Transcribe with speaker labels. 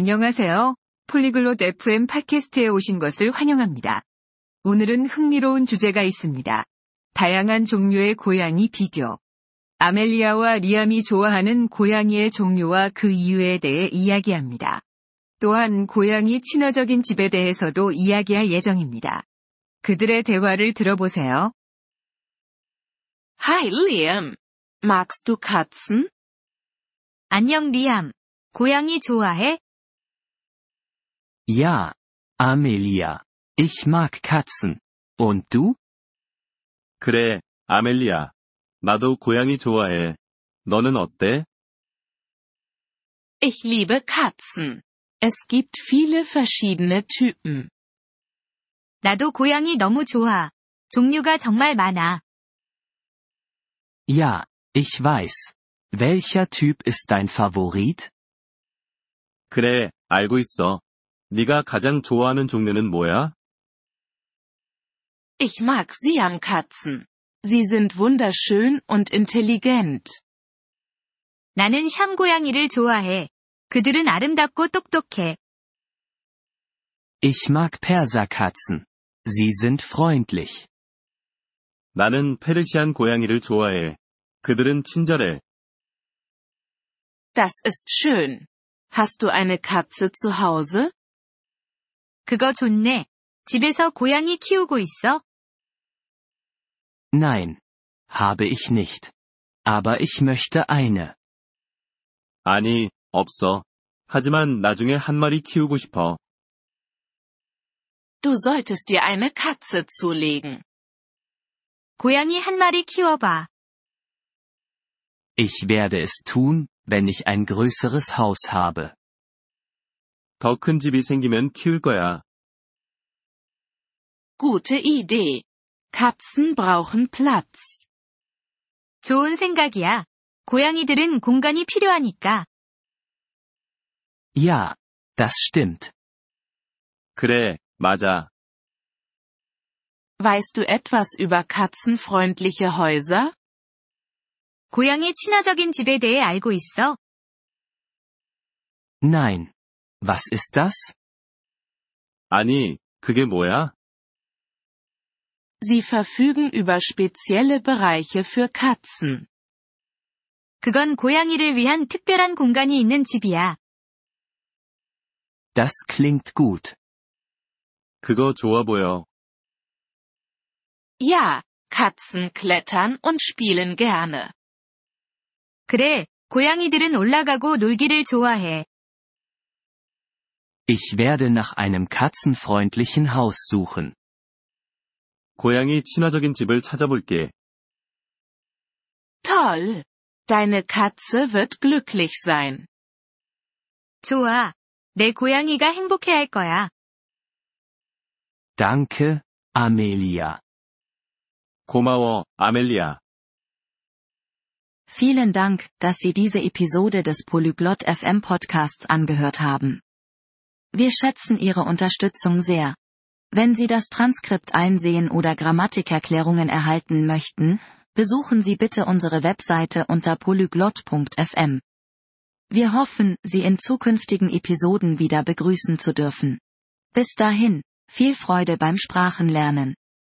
Speaker 1: 안녕하세요. 폴리글롯 FM 팟캐스트에 오신 것을 환영합니다. 오늘은 흥미로운 주제가 있습니다. 다양한 종류의 고양이 비교. 아멜리아와 리암이 좋아하는 고양이의 종류와 그 이유에 대해 이야기합니다. 또한 고양이 친화적인 집에 대해서도 이야기할 예정입니다. 그들의 대화를 들어보세요.
Speaker 2: Hi Liam. Magst du Katzen?
Speaker 1: 안녕 리암. 고양이 좋아해?
Speaker 3: Ja, Amelia. Ich mag Katzen. Und du?
Speaker 4: 그래, 아멜리아. 나도 고양이 좋아해. 너는 어때?
Speaker 2: Ich liebe Katzen. Es gibt viele verschiedene Typen.
Speaker 1: 나도 고양이 너무 좋아. 종류가 정말 많아.
Speaker 3: Ja, ich weiß. Welcher Typ ist dein Favorit?
Speaker 4: 그래, 알고 있어. 네가 가장 좋아하는 종류는 뭐야?
Speaker 2: Ich mag Siamkatzen. Sie sind wunderschön und intelligent.
Speaker 1: 나는 샴 고양이를 좋아해. 그들은 아름답고 똑똑해.
Speaker 3: Ich mag Perserkatzen. Sie sind freundlich.
Speaker 4: 나는 페르시안 고양이를 좋아해. 그들은 친절해.
Speaker 2: Das ist schön. Hast du eine Katze zu Hause?
Speaker 1: 그거 좋네. 집에서 고양이 키우고 있어?
Speaker 3: Nein. Habe ich nicht. Aber ich möchte eine.
Speaker 4: 아니, 없어. 하지만 나중에 한 마리 키우고 싶어.
Speaker 2: Du solltest dir eine Katze zulegen.
Speaker 1: 고양이 한 마리 키워봐.
Speaker 3: Ich werde es tun, wenn ich ein größeres Haus habe.
Speaker 4: 더 큰 집이 생기면 키울 거야.
Speaker 2: Gute Idee. Katzen brauchen Platz.
Speaker 1: 좋은 생각이야. 고양이들은 공간이 필요하니까.
Speaker 3: Ja, das stimmt.
Speaker 4: 그래, 맞아.
Speaker 2: Weißt du etwas über katzenfreundliche Häuser?
Speaker 1: 고양이 친화적인 집에 대해 알고 있어?
Speaker 3: Nein. Was ist das?
Speaker 4: 아니, 그게 뭐야?
Speaker 2: Sie verfügen über spezielle Bereiche für Katzen.
Speaker 1: 그건 고양이를 위한 특별한 공간이 있는 집이야.
Speaker 3: Das klingt gut.
Speaker 4: 그거 좋아 보여.
Speaker 2: Ja, Katzen klettern und spielen gerne.
Speaker 1: 그래, 고양이들은 올라가고 놀기를 좋아해.
Speaker 3: Ich werde nach einem katzenfreundlichen Haus suchen.
Speaker 4: 고양이 친화적인 집을 찾아볼게.
Speaker 2: Toll! Deine Katze wird glücklich sein.
Speaker 1: 좋아. 내 고양이가 행복해할 거야.
Speaker 3: Danke, Amelia.
Speaker 4: 고마워, 아멜리아.
Speaker 5: Vielen Dank, dass Sie diese Episode des Polyglot FM Podcasts angehört haben. Wir schätzen Ihre Unterstützung sehr. Wenn Sie das Transkript einsehen oder Grammatikerklärungen erhalten möchten, besuchen Sie bitte unsere Webseite unter polyglot.fm. Wir hoffen, Sie in zukünftigen Episoden wieder begrüßen zu dürfen. Bis dahin, viel Freude beim Sprachenlernen.